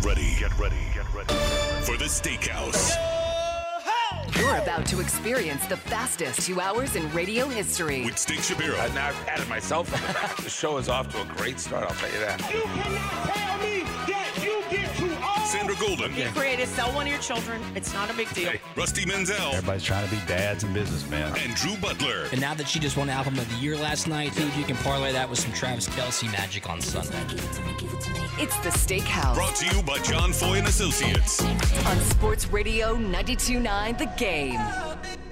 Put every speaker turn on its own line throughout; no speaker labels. Get ready. Get ready.
for the steakhouse.
You're about to experience the fastest two hours in radio history.
With Steak Shapiro,
Uh, now I've added myself on the back. the show is off to a great start, I'll tell you that.
You cannot tell me that you get too old.
Sandra Golden,
Be creative. Sell one of your children. It's not a big deal.
Rusty Menzel,
Everybody's trying to be dads and businessmen.
and Drew Butler.
And now that she just won Album of the Year last night, I think you can parlay that with some Travis Kelsey magic on Sunday.
It's the Steakhouse
Brought to you by John Foy and Associates.
on Sports Radio 92.9 The Game.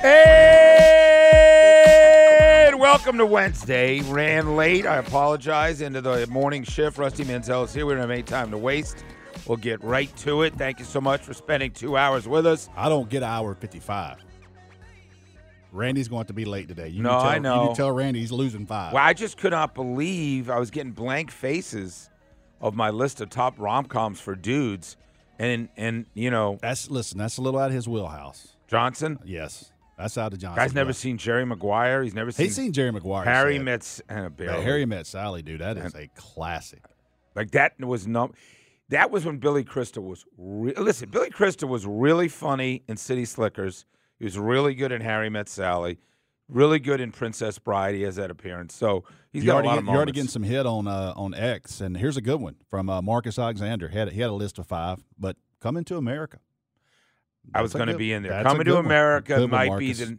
And welcome to Wednesday. Ran late. I apologize. Into the morning shift. Rusty Manzel is here. We don't have any time to waste. We'll get right to it. Thank you so much for spending two hours with us.
I don't get an hour 55. Randy's going to be late today. You
No,
can tell,
I
You
know.
can tell Randy he's losing five.
Well, I just could not believe I was getting blank faces of my list of top rom coms for dudes. And and you know,
That's listen. That's a little out of his wheelhouse.
Johnson.
Yes, that's out of Johnson.
Guy's never
yeah.
seen Jerry Maguire. He's never seen,
He's seen Jerry Maguire.
Harry
said.
met S- uh, Barry.
Man, Harry met Sally, dude. That is a classic.
Like that was no. That was when Billy Crystal was. Re- Listen, Billy Crystal was really funny in City Slickers. He was really good in Harry Met Sally. Really good in Princess Bride. He has that appearance. So he's
you
got
already,
a lot
get-
of
you're already
moments.
getting some hit on uh, on X, and here's a good one from uh, Marcus Alexander. He had, he had a list of five, but coming to America.
I was
That's a
going to
good-
be in there.
that's a
Coming
good
to
one.
America
Good one,
might be
Marcus.
the.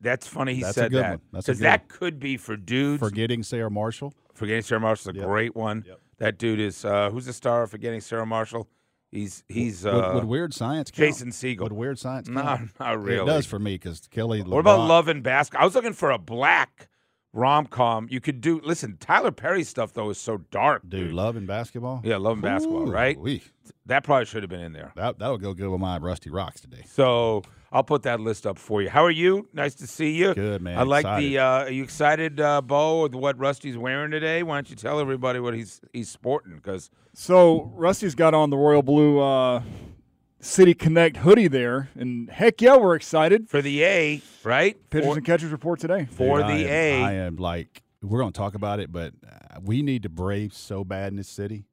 That's funny. He
That's a
said
good
that
one. That's a
because
good
that could be for dudes.
Forgetting Sarah Marshall.
Forgetting Sarah Marshall's a
Yep.
great one.
Yep.
That dude is uh, who's the star of Forgetting Sarah Marshall. He's he's uh,
Would, would weird science. Count?
Jason Segel.
Would weird science.
No,
count?
not
It
really.
does for me because Kelly.
What about
LeBron-
Love and Basketball? I was looking for a black rom com. You could do. Listen, Tyler Perry's stuff though is so dark,
dude? Love and basketball.
Yeah, Love and Basketball,
Ooh,
right?
wee.
That probably should have been in there.
That that'll go good with my rusty rocks today.
So I'll put that list up for you. How are you? Nice to see you.
Good, man.
I like the. Uh, are you excited, uh, Bo, with what Rusty's wearing today? Why don't you tell everybody what he's he's sporting? Because
So Rusty's got on the royal blue uh, City Connect hoodie there, and heck yeah, we're excited.
for the A, right?
Pitchers
For,
and catchers report today.
for
Dude, I
the
am- I
A.
am like we're gonna talk about it, but uh, we need to brave so bad in this city.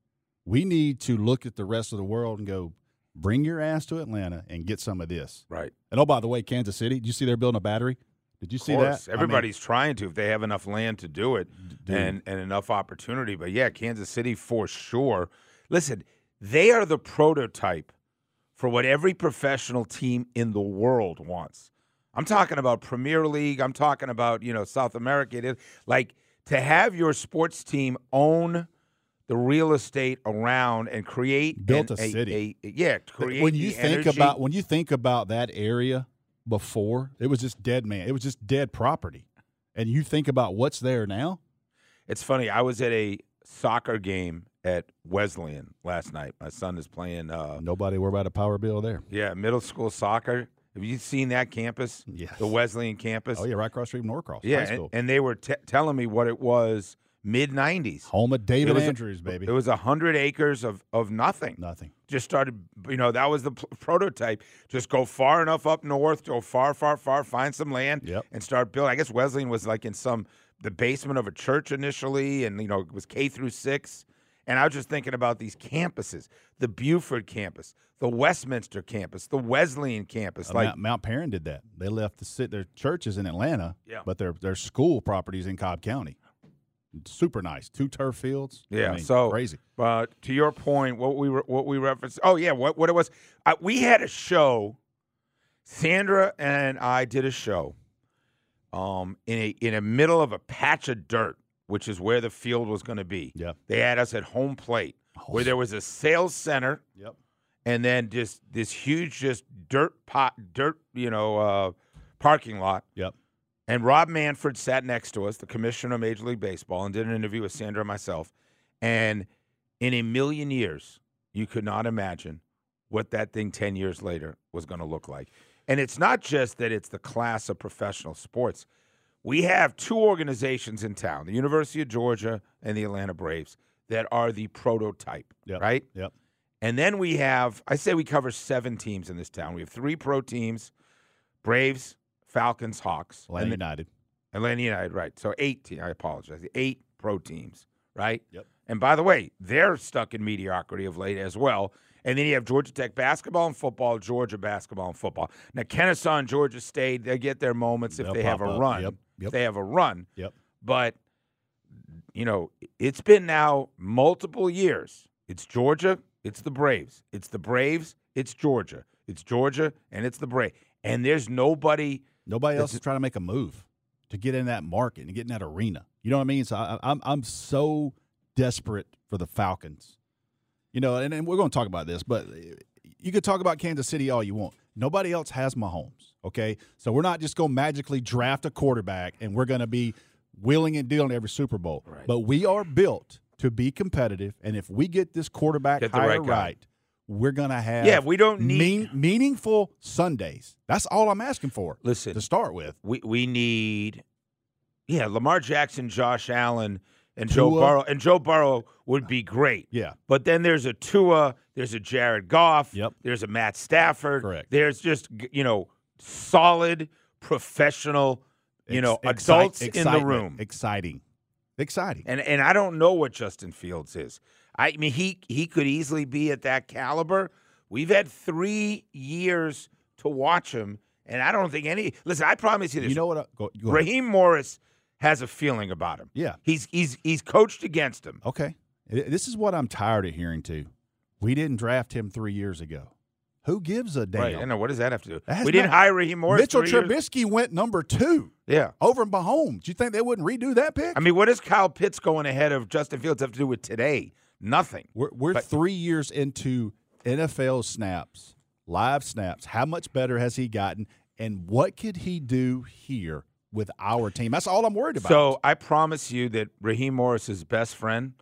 We need to look at the rest of the world and go, bring your ass to Atlanta and get some of this.
Right.
And oh, by the way, Kansas City, did you see they're building a battery? Did you
Of
see
course.
that? I mean,
Everybody's trying to if they have enough land to do it
dude.
and, and enough opportunity. But yeah, Kansas City for sure. Listen, they are the prototype for what every professional team in the world wants. I'm talking about Premier League. I'm talking about, you know, South America. It is- Like to have your sports team own the real estate around and create
Built
an-
a city.
a- yeah, create
when you
the
think
energy.
about when you think about that area before, it was just dead man. It was just dead property. And you think about what's there now.
It's funny. I was at a soccer game at Wesleyan last night. My son is playing. Uh,
Nobody worry about a power bill there.
yeah, middle school soccer. Have you seen that campus?
Yes.
The Wesleyan campus.
Oh yeah, right across the street from Norcross
Yeah,
High
and,
School.
and they were t- telling me what it was mid '90s.
Home of
It
David
was a-
Andrews, baby.
It was a hundred acres of of nothing.
Nothing.
Just started, you know, that was the pl- prototype. Just go far enough up north, go far, far, far, find some land,
Yep.
and start building. I guess Wesleyan was like in some the basement of a church initially, and you know, it was K through six. And I was just thinking about these campuses: the Buford campus, the Westminster campus, the Wesleyan campus.
Uh,
like,
Mount, Mount Perrin did that. They left the sit their churches in Atlanta,
Yeah.
but their their school properties in Cobb County. Super nice. Two turf fields. I
yeah,
mean,
so
crazy.
But to your point, what we were, what we referenced. Oh yeah, what what it was. Uh, we had a show. Sandra and I did a show, um, in a in a middle of a patch of dirt, which is where the field was going to be.
Yeah. Oh,
They had us at home plate, where there was a sales center,
Yep.
and then just this huge just dirt pot dirt you know uh, parking lot.
Yep.
And Rob Manfred sat next to us, the commissioner of Major League Baseball, and did an interview with Sandra and myself. And in a million years, you could not imagine what that thing 10 years later was going to look like. And it's not just that it's the class of professional sports. We have two organizations in town, the University of Georgia and the Atlanta Braves, that are the prototype,
Yep.
right?
Yep.
And then we have, I say we cover seven teams in this town. We have three pro teams Braves, Falcons, Hawks.
Atlanta
and the-
United.
Atlanta United, right. So eight, te- I apologize. Eight pro teams, right?
Yep.
And by the way, they're stuck in mediocrity of late as well. And then you have Georgia Tech basketball and football, Georgia basketball and football. Now, Kennesaw and Georgia State, they get their moments if
They'll
they have a
pop up.
run.
Yep, yep.
If they have a run.
Yep.
But, you know, it's been now multiple years. It's Georgia, it's the Braves. It's the Braves, it's Georgia. It's Georgia, and it's the Braves. And there's nobody –
Nobody
This
else is trying to make a move to get in that market and get in that arena. You know what I mean? So I, I'm I'm so desperate for the Falcons. You know, and, and we're going to talk about this, but you could talk about Kansas City all you want. Nobody else has Mahomes. Okay, so we're not just going to magically draft a quarterback and we're going to be willing and dealing every Super Bowl. But we are built to be competitive, and if we get this quarterback
Get the
hire
right guy.
right, we're going to have
Yeah, we don't need-
mean, meaningful Sundays. That's all I'm asking for.
Listen.
to start with.
we we need yeah Lamar Jackson, Josh Allen, and Joe
Tua.
Burrow. And Joe Burrow would be great.
Yeah.
But then there's a Tua, there's a Jared Goff,
Yep.
there's a Matt Stafford.
Correct.
There's just g- you know solid professional you know
Ex- excite-
adults in the
excitement.
room.
Exciting. Exciting.
And and I don't know what Justin Fields is. I mean he he could easily be at that caliber. We've had 3 years to watch him and I don't think any Listen, I promise you this.
you know what? I, go, go ahead.
Raheem Morris has a feeling about him.
Yeah.
He's he's he's coached against him.
Okay. Th- This is what I'm tired of hearing too. We didn't draft him three years ago. Who gives a damn?
Right. I know. What does that have to do?
That has
we didn't
not-
hire Raheem Morris.
Mitchell
three years-
Trubisky went number two
Yeah.
over Mahomes. You think they wouldn't redo that pick?
I mean, what does Kyle Pitts going ahead of Justin Fields have to do with today? Nothing.
we're we're
But-
three years into NFL snaps, live snaps. How much better has he gotten? And what could he do here with our team? That's all I'm worried about.
So I promise you that Raheem Morris is best friend,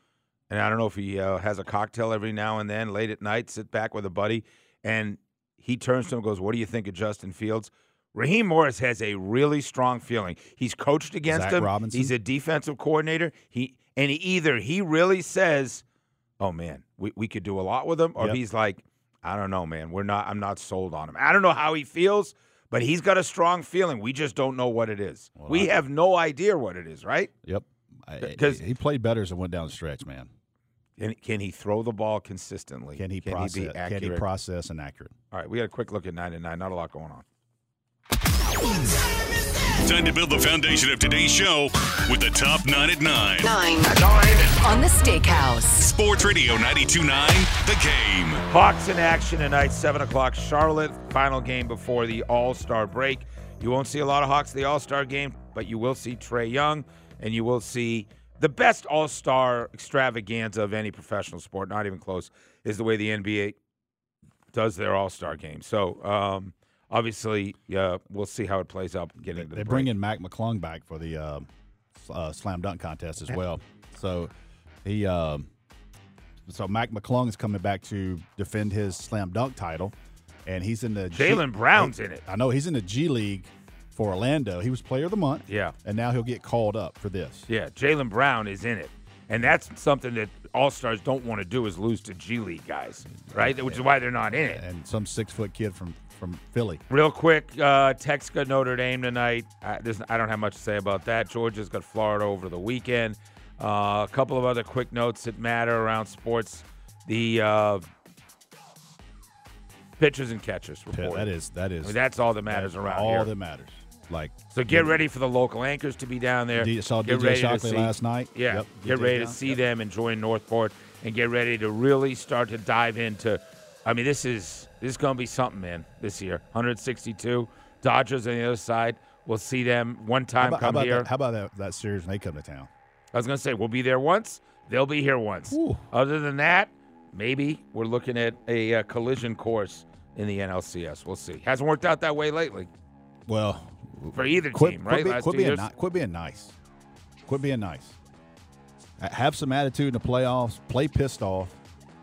and I don't know if he uh, has a cocktail every now and then, late at night, sit back with a buddy, and he turns to him and goes, "What do you think of Justin Fields?" Raheem Morris has a really strong feeling. He's coached against
Zach
him.
Robinson?
He's a defensive coordinator. He and either he really says, "Oh man, we, we could do a lot with him," or
Yep.
he's like, "I don't know, man. We're not. I'm not sold on him. I don't know how he feels." But he's got a strong feeling. We just don't know what it is. we have no idea what it is, right?
Yep. I-
'Cause-
he played better as it went down the stretch, man.
Can, can he throw the ball consistently?
Can he process?
be accurate?
can he process and accurate?
All right, we got a quick look at nine and nine. Not a lot going on.
Time to build the foundation of today's show with the top nine at nine.
Nine. On the Steakhouse.
Sports Radio 929, The Game.
Hawks in action tonight, seven o'clock. Charlotte final game before the All Star break. You won't see a lot of Hawks at the All Star game, but you will see Trey Young, and you will see the best All Star extravaganza of any professional sport. Not even close is the way the NBA does their All Star game. So um, obviously, uh, we'll see how it plays out. Getting to
They
the
bring
break.
in Mac McClung back for the uh, s- uh, slam dunk contest as well. So he, um so Mac McClung is coming back to defend his slam dunk title, and he's in the G-
Jalen Brown's in it.
I know he's in the G League for Orlando. He was Player of the Month.
Yeah.
and now he'll get called up for this.
Yeah, Jalen Brown is in it. And that's something that all stars don't want to do is lose to G League guys, right? Which is why they're not in it.
And some six foot kid from from Philly.
Real quick, uh, Tech's got Notre Dame tonight. I, there's, I don't have much to say about that. Georgia's got Florida over the weekend. Uh, a couple of other quick notes that matter around sports. The uh, pitchers and catchers
Yeah,
report.
that is that is
I mean, that's all that matters
that's
around
all
here.
that matters. Like
So get ready for the local anchors to be down there.
D- saw
get
DJ
ready to
Shockley
see-
last night.
Yeah,
Yep,
get
DJ
ready to
down.
see them and join Northport and get ready to really start to dive into. I mean, this is this is gonna be something, man. This year, 162 Dodgers on the other side. We'll see them one
how
time
about, how
come
about
here.
that, how about that that series when they come to town?
I was gonna say we'll be there once. They'll be here once.
Ooh.
Other than that, maybe we're looking at a uh, collision course in the NLCS. We'll see. Hasn't worked out that way lately
Well,
for either
quit,
team,
quit
right?
be-
Last
quit
two
being
years.
ni- quit being nice. Quit being nice. Ha- Have some attitude in the playoffs. Play pissed off,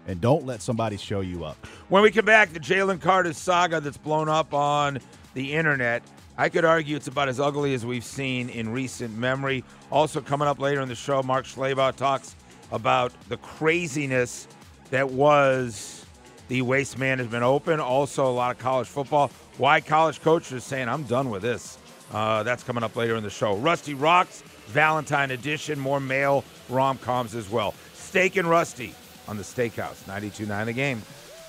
and don't let somebody show you up.
When we come back, the Jalen Carter saga that's blown up on the internet. I could argue it's about as ugly as we've seen in recent memory. Also, coming up later in the show, Mark Schlabach talks about the craziness that was the Waste Management Open. Also, a lot of college football. Why college coaches are saying, I'm done with this. Uh, that's coming up later in the show. Rusty Rocks, Valentine Edition, more male rom coms as well. Steak and Rusty on the Steakhouse, 92.9 The Game.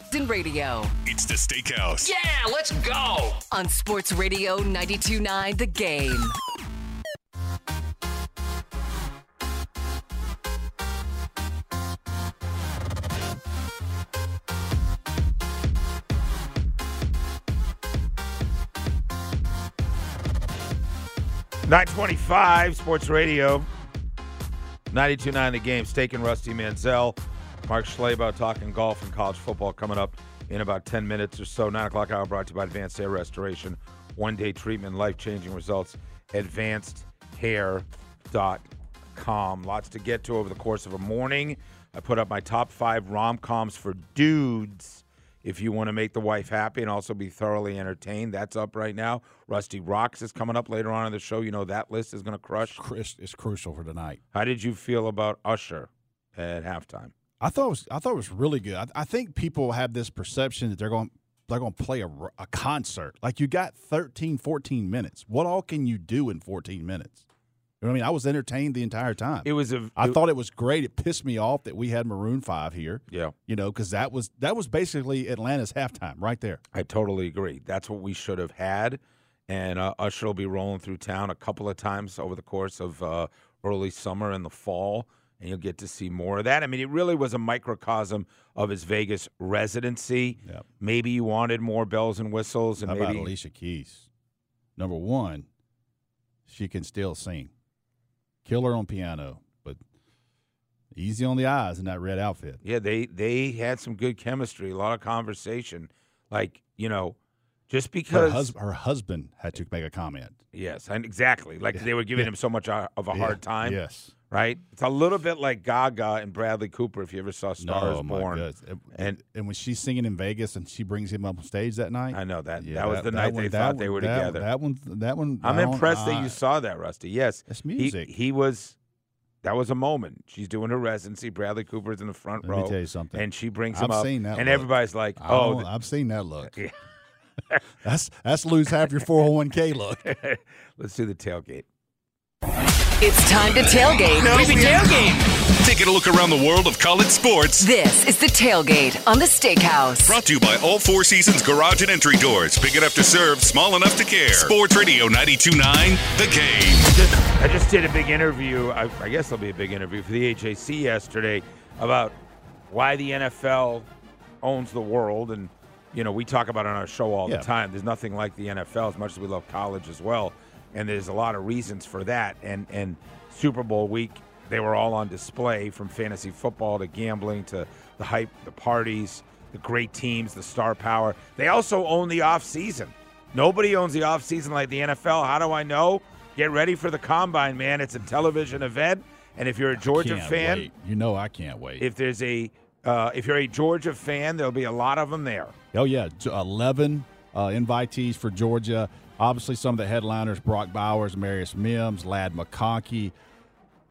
Austin Radio
It's the Steakhouse.
Yeah, let's go.
on Sports Radio 92.9 The Game.
Nine twenty-five Sports Radio. 92.9 The Game. Steak and Rusty Manzel. Mark Schlabo talking golf and college football coming up in about 10 minutes or so. 9 o'clock hour brought to you by Advanced Hair Restoration. One day treatment, life changing results. AdvancedHair.com. Lots to get to over the course of a morning. I put up my top five rom coms for dudes. If you want to make the wife happy and also be thoroughly entertained, that's up right now. Rusty Rocks is coming up later on in the show. You know that list is going to crush.
Chris is crucial for tonight.
How did you feel about Usher at halftime?
I thought it was I thought it was really good. I, I think people have this perception that they're going they're going to play a, r- a concert. Like you got 13 14 minutes. What all can you do in 14 minutes? You know what I mean? I was entertained the entire time.
It was a.
I thought it was great. It pissed me off that we had Maroon 5 here.
Yeah,
You know, cuz that was that was basically Atlanta's halftime right there.
I totally agree. That's what we should have had. And uh, Usher will be rolling through town a couple of times over the course of uh, early summer and the fall, and you'll get to see more of that. I mean, it really was a microcosm of his Vegas residency.
Yep.
Maybe you wanted more bells and whistles, and
How about
maybe
Alicia Keys? Number one, she can still sing. Killer on piano, but easy on the eyes in that red outfit.
Yeah, they they had some good chemistry, a lot of conversation. Like you know, just
Her,
because
hus- her husband had to make a comment.
Yes, and exactly. Like they were giving him so much a- of a hard time,
Yes.
right? It's a little bit like Gaga and Bradley Cooper if you ever saw Stars
No, my
Born.
goodness. It-
And-
and and when she's singing in Vegas and she brings him up on stage that night,
I know that
yeah,
that was the night
one-
they
that
thought
one-
they were
that-
together.
That one, that one.
I'm
I don't-
impressed that
I-
you saw that, Rusty. Yes,
That's
He-
music.
He, was. That was a moment. She's doing her residency. Bradley Cooper's in the front
Let me
row.
tell you something.
And she brings him
I've
up,
seen that
and
look.
everybody's like,
I
"Oh,
don't-
th-
I've seen that look.
Yeah.
that's that's lose half your 401k look.
let's do the tailgate."
It's time to tailgate.
Taking a look around the world of college sports.
This is the tailgate on the Steakhouse.
Brought to you by All Four Seasons Garage and Entry Doors. Big enough to serve, small enough to care. Sports Radio 92.9 The Game.
just- I just did a big interview. I, I guess there'll be a big interview for the AJC yesterday about why the NFL owns the world, and you know we talk about it on our show all
Yeah.
the time. There's nothing like the NFL as much as we love college as well, and there's a lot of reasons for that. And and Super Bowl week, they were all on display from fantasy football to gambling to the hype, the parties, the great teams, the star power. They also own the off season. Nobody owns the offseason like the NFL. How do I know? Get ready for the combine, man. It's a television event. And if you're a Georgia
Can't
fan,
wait. you know I can't wait.
if there's a uh, if you're a Georgia fan, there'll be a lot of them there.
Oh yeah, J- eleven uh, invitees for Georgia. Obviously, some of the headliners: Brock Bowers, Marius Mims, Lad McConkey.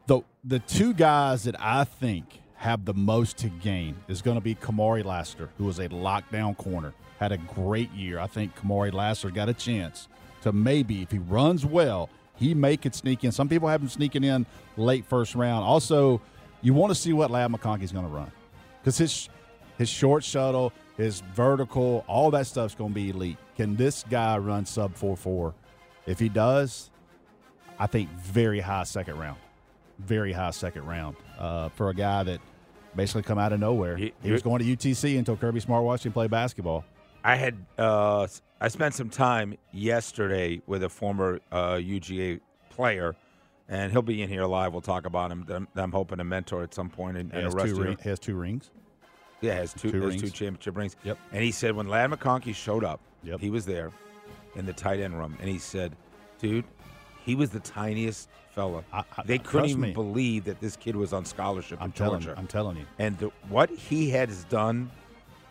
The the two guys that I think have the most to gain is going to be Kamari Laster, who was a lockdown corner, had a great year. I think Kamari Laster got a chance to maybe, if he runs well, he may could sneak in. Some people have him sneaking in late first round. Also, you want to see what Lad McConkey's going to run because his his short shuttle, his vertical, all that stuff's going to be elite. Can this guy run sub four four? If he does, I think very high second round, very high second round uh, for a guy that basically come out of nowhere.
He-
He, was going to UTC until Kirby Smart watched him play basketball.
I had uh, s- I spent some time yesterday with a former uh, UGA player, and he'll be in here live. We'll talk about him. I'm, I'm hoping to mentor at some point in,
He
in a
has,
rusty
two ring, he has two rings.
Yeah, has two,
Two
has
rings.
two championship rings.
Yep.
And he said when Lad McConkey showed up,
Yep.
he was there in the tight end room, and he said, "Dude, he was the tiniest fella.
I- I-
they
trust
couldn't even
me.
believe that this kid was on scholarship
I'm
at
telling,
Georgia.
I'm telling you.
and the, what he has done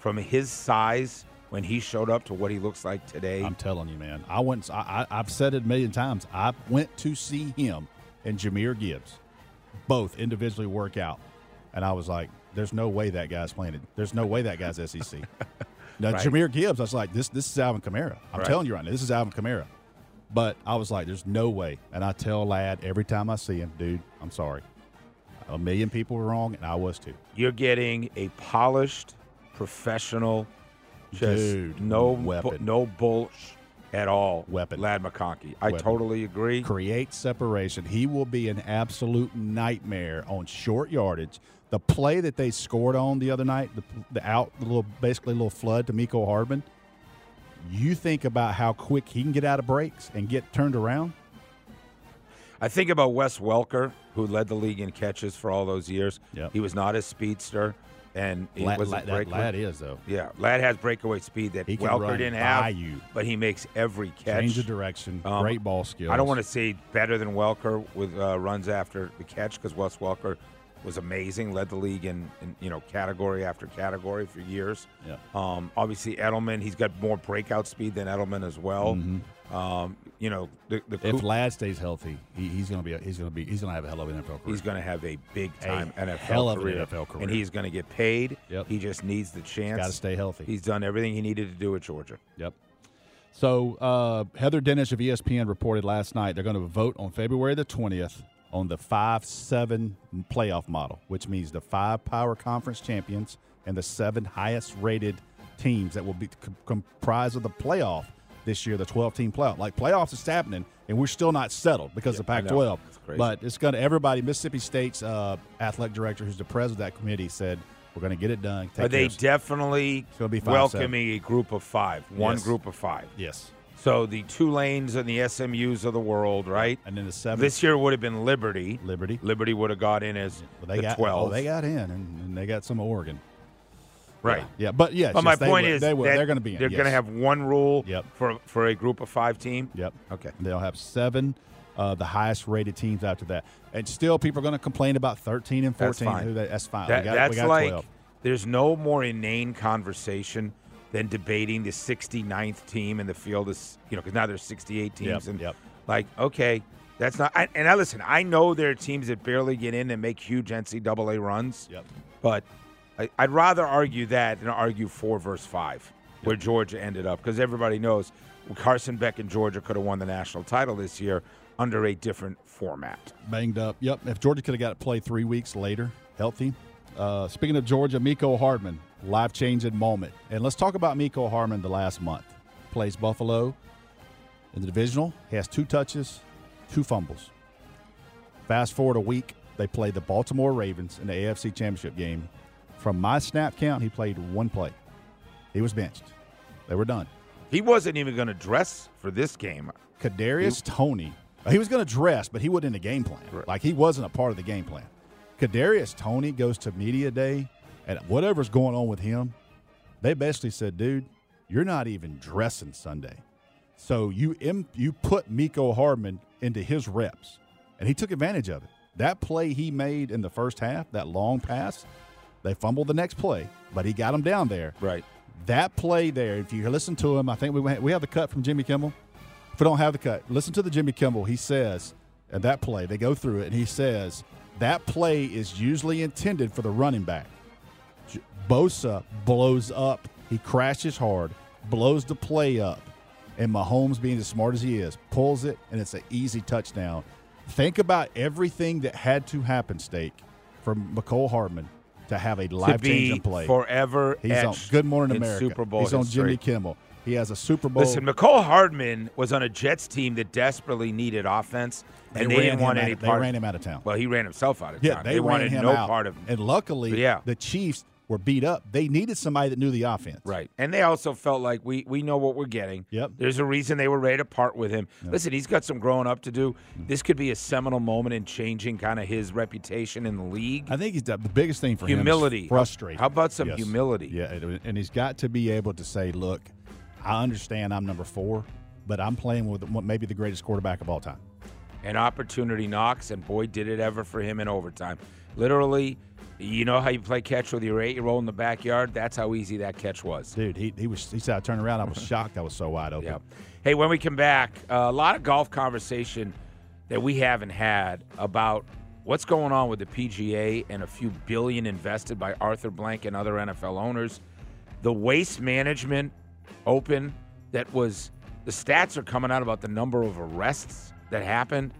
from his size when he showed up to what he looks like today,
I'm telling you, man. I went. I, I, I've said it a million times. I went to see him and Jameer Gibbs, both individually work out, and I was like, "There's no way that guy's playing it. There's no way that guy's SEC." now
Right.
Jameer Gibbs, I was like, "This this is Alvin Kamara." I'm
Right.
telling you right now, this is Alvin Kamara. But I was like, "There's no way," and I tell Lad every time I see him, dude. I'm sorry. A million people were wrong, and I was too.
You're getting a polished, professional, just
Dude,
no bu-
weapon.
no bullsh at all.
Weapon.
Lad McConkey. I
Weapon.
totally agree.
Create separation. He will be an absolute nightmare on short yardage. The play that they scored on the other night, the, the out, the little basically little flood to Miko Hardman. You think about how quick he can get out of breaks and get turned around.
I think about Wes Welker, who led the league in catches for all those years.
Yep.
He was not a speedster, and he
Lad-
was
lad-
a
that
breakaway.
lad is though.
yeah, Lad has breakaway speed that
He can
Welker
run
didn't
by
have,
you.
but he makes every catch.
Change of direction,
Um,
great ball skills.
I don't want to say better than Welker with uh, runs after the catch because Wes Welker was amazing, led the league in, in you know category after category for years.
Yeah.
Um, obviously Edelman, he's got more breakout speed than Edelman as well. Um, you know the, the
Mm-hmm. If
Coop-
Lad stays healthy, he, he's gonna be. a- He's gonna be. He's gonna have a hell of an NFL career.
he's going to have a big
A
time NFL
hell of an
career,
NFL career.
and he's going to get paid.
Yep.
He just needs the chance.
got to stay healthy.
He's done everything he needed to do at Georgia.
Yep. So uh, Heather Dennis of ESPN reported last night they're going to vote on February the 20th on the 5-7 playoff model, which means the five power conference champions and the seven highest rated teams that will be com- comprised of the playoff this year, the 12 team playoff. Like playoffs is happening and we're still not settled because of
I know.
Pac-12.
It's crazy.
But it's going to everybody Mississippi State's uh, athletic director who's the president of that committee said we're going to get it done. Take
But they
care of-
definitely
gonna be five,
welcoming a group of five, one
Yes.
group of five.
Yes.
So the two lanes and the SMUs of the world, right?
And then the seven
This year would have been Liberty.
Liberty.
Liberty would have got in as
Well, they
the
got
12.
oh, they got in, and, and they got some Oregon.
right.
Yeah, but yes.
But my
yes, they
point
will-
is
they will.
that
they're going to be in.
They're
yes.
going to have one rule
Yep.
for for a group of five team.
Yep.
Okay.
They'll have seven, uh, the highest rated teams after that, and still people are going to complain about thirteen and
That's
fourteen.
fine.
Who they- that's fine.
That-
we got,
that's
we got
like
12.
there's no more inane conversation than debating the 69th team in the field is you know because now there's 68 teams
Yep,
and
yep.
like okay that's not I, and I listen I know there are teams that barely get in and make huge NCAA runs
Yep.
but I, I'd rather argue that than argue four versus five where Georgia ended up because everybody knows Carson Beck and Georgia could have won the national title this year under a different format.
banged up. Yep. If Georgia could have got to play three weeks later, healthy. Uh, speaking of Georgia, Miko Hardman, life changing moment. And let's talk about Miko Hardman the last month. Plays Buffalo in the divisional. He has two touches, two fumbles. Fast forward a week, they played the Baltimore Ravens in the AFC Championship game. From my snap count, he played one play. He was benched. They were done.
He wasn't even going to dress for this game.
Kadarius Tony. He was going to dress, but he wasn't in the game plan.
Right.
Like he wasn't a part of the game plan. Kadarius Tony goes to media day, and whatever's going on with him, they basically said, "Dude, you're not even dressing Sunday." So you im- you put Miko Hardman into his reps, and he took advantage of it. That play he made in the first half, that long pass, they fumbled the next play, but he got him down there.
Right.
That play there, if you listen to him, I think we we have the cut from Jimmy Kimmel. If we don't have the cut, listen to the Jimmy Kimmel. He says at that play, they go through it, and he says that play is usually intended for the running back. J- Bosa blows up. He crashes hard, blows the play up, and Mahomes, being as smart as he is, pulls it, and it's an easy touchdown. Think about everything that had to happen, Stake, for McCole Hardman to have a
to
life
be
changing play.
forever.
He's on
etched
Good Morning
in
America.
Super Bowl
He's on
history.
Jimmy Kimmel. He has a Super Bowl.
Listen, McCole Hardman was on a Jets team that desperately needed offense,
They
and they
ran
didn't
him
want
out
any
of- they
part.
ran him out of town.
Well, he ran himself out of
yeah,
town.
they,
They, wanted
ran him
no
out.
part of him.
And luckily,
Yeah.
the Chiefs were beat up. They needed somebody that knew the offense.
Right. And they also felt like we we know what we're getting.
Yep.
There's a reason they were ready to part with him. Listen, he's got some growing up to do. This could be a seminal moment in changing kind of his reputation in the league.
I think he's the, the biggest thing for him.
Humility.
is Frustrating.
How about some humility?
Yeah, and- and he's got to be able to say, "Look, I understand I'm number four, but I'm playing with what maybe the greatest quarterback of all time."
an opportunity knocks, and boy, did it ever for him in overtime. Literally, you know how you play catch with your eight year old in the backyard? That's how easy that catch was.
Dude, he, he was. He said, "I turned around. I was shocked. I was so wide open."
Yeah. Hey, when we come back, a lot of golf conversation that we haven't had about what's going on with the PGA and a few billion invested by Arthur Blank and other NFL owners. The waste management open that was the stats are coming out about the number of arrests that happened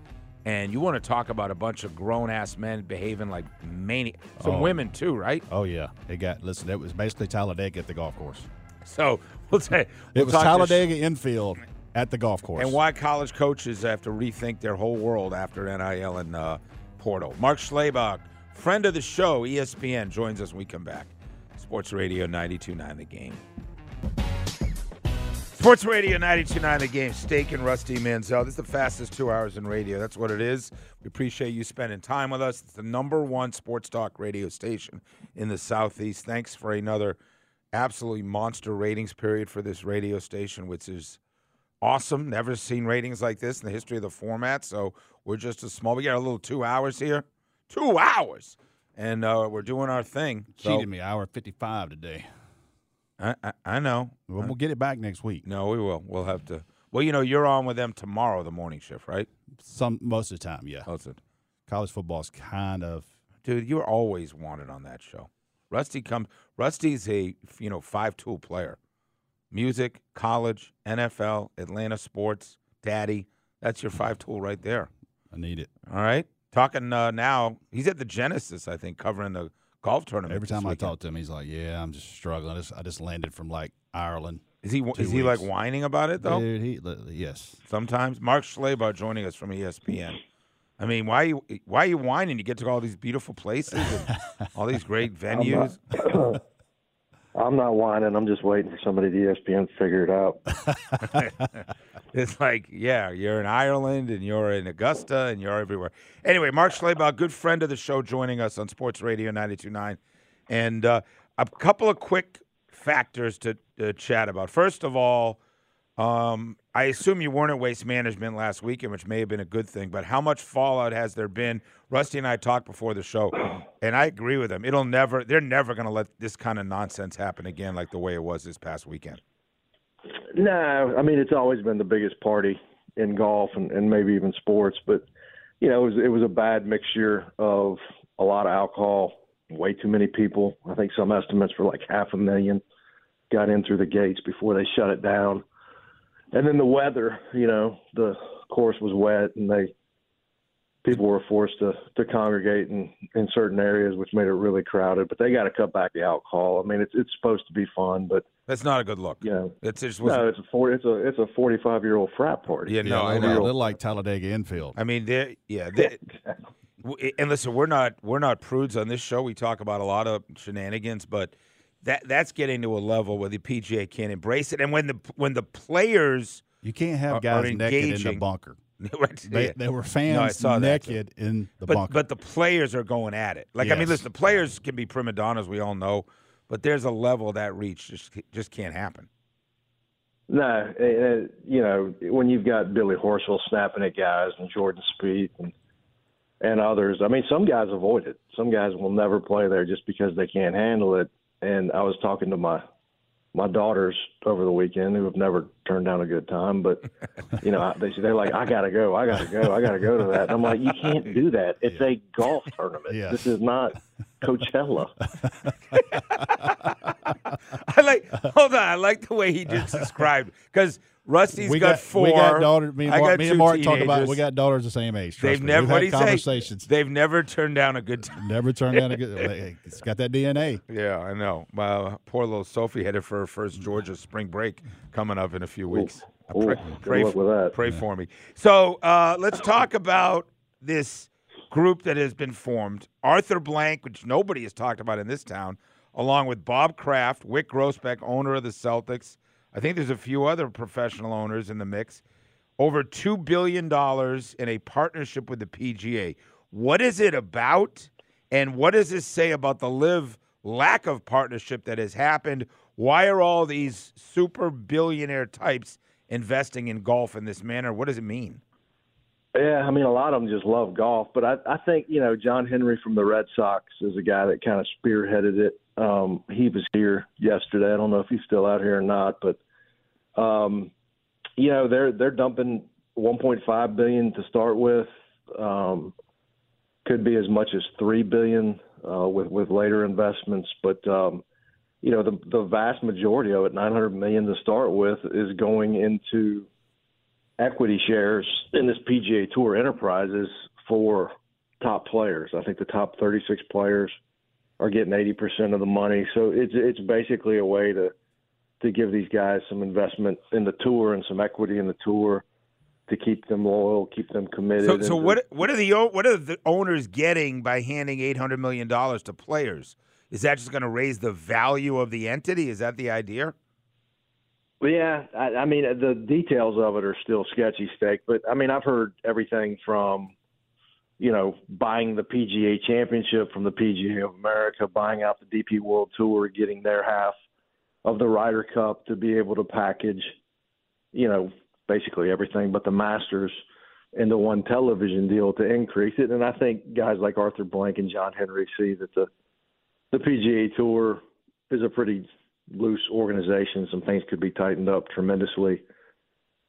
And you want to talk about a bunch of grown ass men behaving like maniac. Some
Oh.
women too, right?
Oh yeah, it got. Listen, that was basically Talladega at the golf course.
So we'll say
It
we'll
was
talk to
Talladega infield at the golf course.
And why college coaches have to rethink their whole world after NIL and uh, portal. Mark Schlabach, friend of the show, E ESPN, joins us when we come back. Sports Radio 92.9 The Game. Sports Radio 92.9 The Game, Steak and Rusty Manziel. This is the fastest two hours in radio. That's what it is. We appreciate you spending time with us. It's the number one sports talk radio station in the Southeast. Thanks for another absolutely monster ratings period for this radio station, which is awesome. Never seen ratings like this in the history of the format. So we're just a small. We got a little two hours here, two hours, and uh, we're doing our thing. So-
cheated me hour fifty five today?
I, I, I know.
Well, we'll get it back next week.
No, we will. We'll have to. Well, you know, you're on with them tomorrow, the morning shift, right?
Some most of the time, yeah.
How's it?
College football's kind of
Dude, you're always wanted on that show. Rusty comes. Rusty's a you know five tool player. Music, college, NFL, Atlanta sports, daddy. That's your five tool right there.
I need it.
All right. Talking uh, now, he's at the Genesis, I think, covering the golf tournament.
Every
this
time I
weekend.
talk to him, he's like, "Yeah, I'm just struggling. I just, I just landed from like Ireland."
is he
two
is he like
weeks.
whining about it though?
Dude, he, li- yes.
Sometimes Mark Schlabach joining us from E ESPN. I mean, why you why you whining? You get to go all these beautiful places, and all these great venues.
I'm not whining. I'm just waiting for somebody at ESPN to E figure it out.
It's like, yeah, you're in Ireland and you're in Augusta and you're everywhere. Anyway, Mark Schlabach, good friend of the show, joining us on Sports Radio 92.9. And uh, a couple of quick factors to uh, chat about. First of all, um, I assume you weren't at Waste Management last weekend, which may have been a good thing, but how much fallout has there been? Rusty and I talked before the show, and I agree with him. It'll never, they're never going to let this kind of nonsense happen again like the way it was this past weekend.
No, I mean it's always been the biggest party in golf and, and maybe even sports, but you know it was it was a bad mixture of a lot of alcohol, way too many people. I think some estimates were like half a million got in through the gates before they shut it down, and then the weather. You know the course was wet and they people were forced to to congregate in in certain areas, which made it really crowded. But they got to cut back the alcohol. I mean it's it's supposed to be fun, but
That's not a good look.
you know.
It's just was
No, it's a four, it's a it's a forty five year old frat party.
Yeah, no,
yeah,
I
a little-
know.
little like Talladega infield.
I mean, they yeah, they w- and listen, we're not we're not prudes on this show. We talk about a lot of shenanigans, but that that's getting to a level where the PGA can't embrace it. And when the when the players,
You can't
Are-
have
are
guys naked in the
engaging.
bunker.
Right,
They,
yeah.
they
No,
were
I
fans
saw that, too.
naked in the
but
bunker.
but the players are going at it. Like I mean,
Yes.
listen, the players can be prima donnas, we all know, but there's a level that reach just just can't happen.
No, eh, eh, you know when you've got Billy Horschel snapping at guys and Jordan Speed and and others. I mean, some guys avoid it. Some guys will never play there just because they can't handle it. And I was talking to my my daughters over the weekend who have never turned down a good time, but you know I- they they're like, I gotta go, I gotta go, I gotta go to that. And I'm like, you can't do that. It's a golf tournament.
Yeah.
This is not Coachella.
I like hold on, I like the way he just described because Rusty's
we
got, four.
We got daughters. Me and
I
Mark,
got
me
two
and Mark talk about. it.
teenagers.
We got daughters the same age. trust
They've
me.
never
We've
what
had
do you
conversations.
Say? They've never turned down a good time.
Never turned down a good. It's got that DNA.
Yeah, I know. My poor little Sophie headed for her first Georgia spring break coming up in a few weeks. I
Mm. Ooh, good luck with that.
Pray for me. So uh, let's talk about this group that has been formed. Arthur Blank, which nobody has talked about in this town, along with Bob Kraft, Wick Grossbeck, owner of the Celtics. I think there's a few other professional owners in the mix. Over $2 billion in a partnership with the PGA. What is it about? And what does this say about the live lack of partnership that has happened? Why are all these super billionaire types investing in golf in this manner? What does it mean?
Yeah, I mean, a lot of them just love golf, but I, I think you know John Henry from the Red Sox is a guy that kind of spearheaded it. Um, he was here yesterday. I don't know if he's still out here or not, but um, you know they're they're dumping 1.5 billion to start with. Um, could be as much as three billion uh, with with later investments, but um, you know the the vast majority of it, 900 million to start with, is going into equity shares in this PGA Tour enterprise is for top players. I think the top 36 players are getting 80% of the money. So it's it's basically a way to to give these guys some investment in the tour and some equity in the tour to keep them loyal, keep them committed.
So,
and
so
to-
what? What are the o- what are the owners getting by handing eight hundred million dollars to players? Is that just going to raise the value of the entity? Is that the idea?
Well, Yeah, I, I mean uh, the details of it are still sketchy, steak. But I mean I've heard everything from, you know, buying the PGA Championship from the PGA of America, buying out the DP World Tour, getting their half of the Ryder Cup to be able to package, you know, basically everything but the Masters into one television deal to increase it. And I think guys like Arthur Blank and John Henry see that the the PGA Tour is a pretty loose organization. Some things could be tightened up tremendously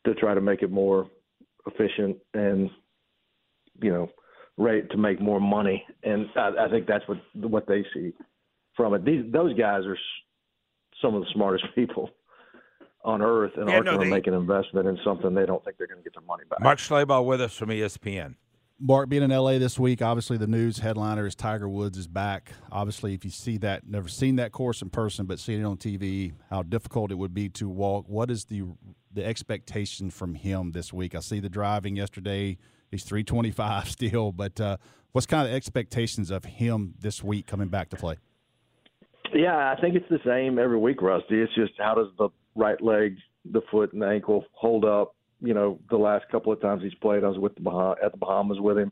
to try to make it more efficient and you know rate to make more money. And I, I think that's what what they see from it. These those guys are s- some of the smartest people on earth and
Yeah,
are
no,
going to
they-
make an investment in something they don't think they're going to get their money back.
Mark Schlabel with us from E ESPN.
Mark, being in LA this week, obviously the news headliner is Tiger Woods is back. Obviously, if you see that, never seen that course in person, but seeing it on TV, how difficult it would be to walk. What is the the expectation from him this week? I see the driving yesterday; he's three twenty five still, but uh, what's kind of the expectations of him this week coming back to play?
Yeah, I think it's the same every week, Rusty. It's just how does the right leg, the foot, and the ankle hold up? You know, the last couple of times he's played, I was with the bah- at the Bahamas with him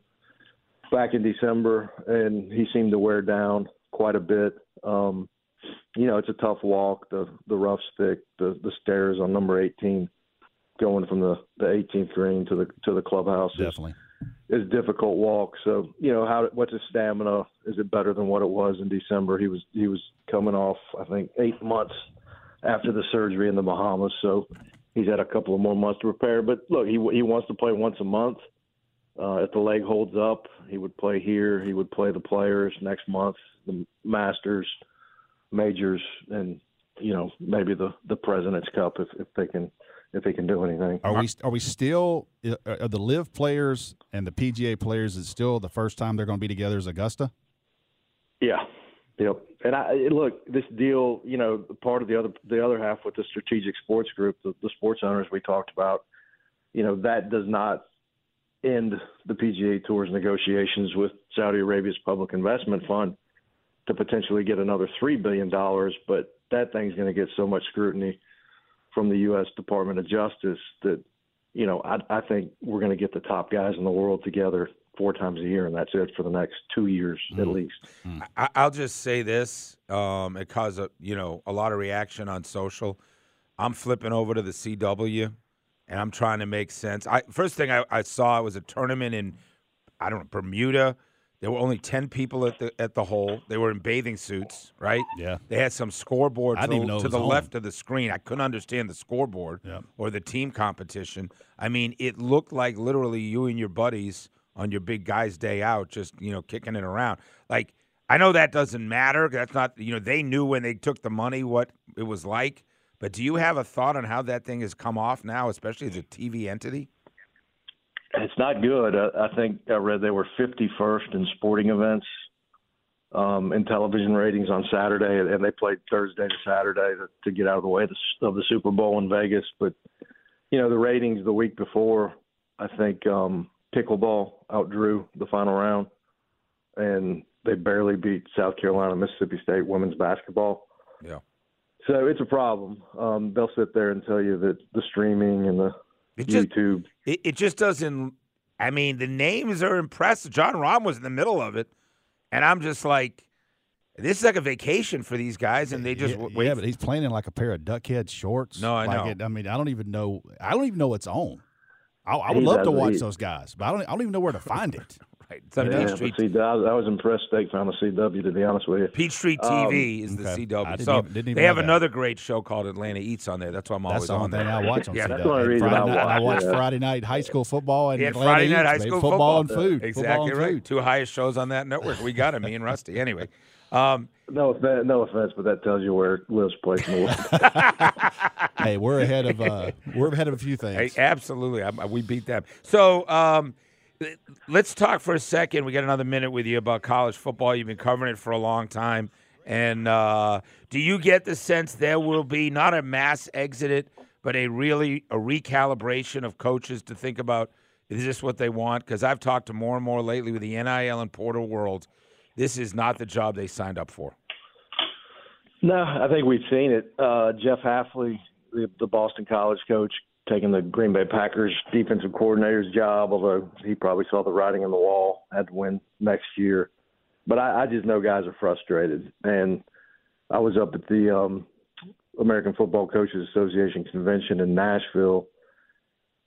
back in December, and he seemed to wear down quite a bit. Um, you know, it's a tough walk. The the rough stick, the the stairs on number 18, going from the the 18th green to the to the clubhouse is
Definitely.
is a difficult walk. So you know how what's his stamina? Is it better than what it was in December? He was he was coming off I think eight months after the surgery in the Bahamas, so he's had a couple of more months to prepare. But look, he he wants to play once a month. Uh, if the leg holds up, he would play here. He would play the Players next month, the Masters, Majors, and you know maybe the the President's Cup if if they can if he can do anything.
Are we are we still uh, are the live players and the PGA players? Is it still the first time they're going to be together is Augusta?
Yeah. Yep. And I I- look, this deal, you know, part of the other the other half with the strategic sports group, the, the sports owners we talked about, you know, that does not end the PGA Tour's negotiations with Saudi Arabia's public investment fund to potentially get another three billion dollars, but that thing's going to get so much scrutiny from the U.S. Department of Justice that, you know, I, I think we're going to get the top guys in the world together four times a year, and that's it for the next two years at least.
I, I'll just say this: um, it caused a you know a lot of reaction on social. I'm flipping over to the CW, and I'm trying to make sense. I first thing I, I saw was a tournament in I don't know Bermuda. There were only ten people at the at the hole. They were in bathing suits, right?
Yeah.
They had some scoreboard
I
to,
didn't
the-
even know it
to
was
the
on.
left of the screen. I couldn't understand the scoreboard
Yep.
or the team competition. I mean, it looked like literally you and your buddies on your big guy's day out, just you know, kicking it around. Like I know that doesn't matter. That's not you know they knew when they took the money what it was like. But do you have a thought on how that thing has come off now, especially as a TV entity?
It's not good. I, I think I read they were 51st in sporting events um, in television ratings on Saturday, and- and they played Thursday to Saturday to, to get out of the way of the, of the Super Bowl in Vegas. But you know, the ratings the week before, I think um, pickleball outdrew the final round, and they barely beat South Carolina, Mississippi State women's basketball.
Yeah.
So it's a problem. Um, they'll sit there and tell you that the streaming and the
It just
YouTube
it, it just doesn't. I mean, the names are impressive. John Rom was in the middle of it, and I'm just like, this is like a vacation for these guys, and they just
yeah,
w- wait.
yeah, but he's playing in like a pair of duckhead shorts.
No, I
like
know.
It, I mean, I don't even know. I don't even know what's on. I, I would
He's
love to
ugly.
watch those guys, but I don't. I don't even know where to find it.
right. It's on
Yeah, but
Peachtree,
see, I was, I was impressed they found the CW, to be honest with you.
Peachtree TV is the
okay.
CW.
I didn't
So
even- didn't even
they
know
have
that.
another great show called Atlanta Eats on there. That's why I'm always
That's the
on
only
there.
thing I watch on
Yeah,
CW.
that's the only reason
Friday
I
night, I
watch
watch
it.
Friday night high school football and
Yeah,
Atlanta
Friday night
Eats,
high
baby.
school football
football, and food. Football
Exactly
and
right.
food.
Two highest shows on that network. We got him, me and Rusty. Anyway, um,
No offense, no offense, but that tells you where Liz plays in the world.
Hey, we're ahead of uh, we're ahead of a few
Hey,
things.
absolutely. I, I- we beat them. So um, l- let's talk for a second. We got another minute with you about college football. You've been covering it for a long time. And uh, do you get the sense there will be not a mass exit, but a really a recalibration of coaches to think about is this what they want? Because I've talked to more and more lately with the NIL and portal world. This is not the job they signed up for.
No, I think we've seen it. Uh, Jeff Halfley, the, the Boston College coach, taking the Green Bay Packers defensive coordinator's job, although he probably saw the writing on the wall, had to win next year. But I, I just know guys are frustrated. And I was up at the um, American Football Coaches Association convention in Nashville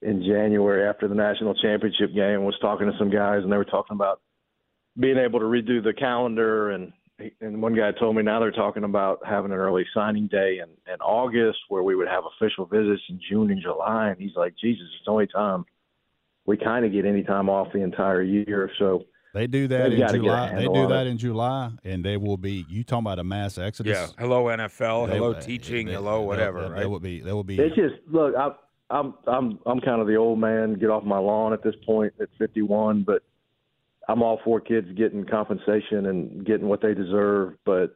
in January after the national championship game, was talking to some guys, and they were talking about being able to redo the calendar and and one guy told me now they're talking about having an early signing day in, in August where we would have official visits in June and July and he's like Jesus it's the only time we kind of get any time off the entire year so
They do that
They've
in
gotta get a
July. They
handle
do
on
that
it.
in July, and they will be. You talking about a mass exodus?
Yeah. Hello NFL.
They-
hello
they-
teaching.
they-
hello
they-
whatever.
They, they
right.
will be. They will be.
it's just look I I'm I'm I'm kind of the old man get off my lawn at this point at 51 but I'm all for kids getting compensation and getting what they deserve but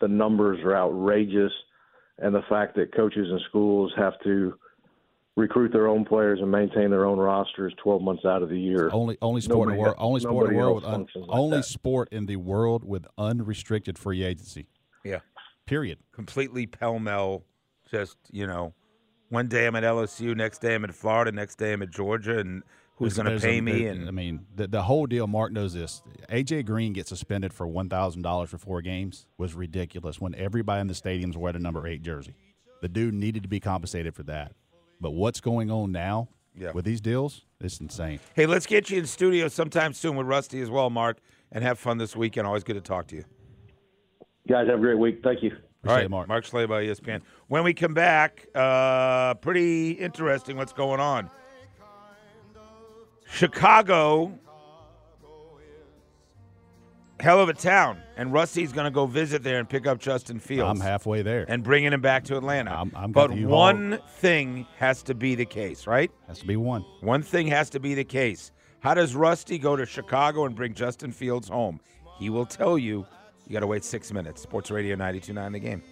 the numbers are outrageous and the fact that coaches and schools have to recruit their own players and maintain their own rosters 12 months out of the year.
Oh.
Only, only sport in the
Nobody
world.
else-
Only sport in the
nobody
world.
else
With un,
functions like
only
that.
sport in the world with unrestricted free agency.
Yeah.
Period.
completely pell mell. Just you know, one day I'm at LSU, next day I'm in Florida, next day I'm at Georgia, and who's going to
There's
pay
a-
me?
there- I
And
mean, the, the whole deal. Mark knows this. AJ Green gets suspended for one thousand dollars for four games was ridiculous. When everybody in the stadiums wore the number eight jersey, the dude needed to be compensated for that. But what's going on now
Yeah.
with these deals? It's insane.
hey, let's get you in studio sometime soon with Rusty as well, Mark, and have fun this weekend. Always good to talk to you.
Guys, have a great week. Thank you.
Appreciate it, Mark.
Mark E Schlabel, ESPN. When we come back, uh, pretty interesting what's going on. Chicago, hell of a town, and Rusty's going to go visit there and pick up Justin Fields.
I'm halfway there.
and bringing him back to Atlanta.
I'm- I'm got
but
the U-Haul.
one thing has to be the case, right?
Has to be one.
One thing has to be the case. How does Rusty go to Chicago and bring Justin Fields home? He will tell you. You got to wait six minutes. Sports Radio 92.9 The Game.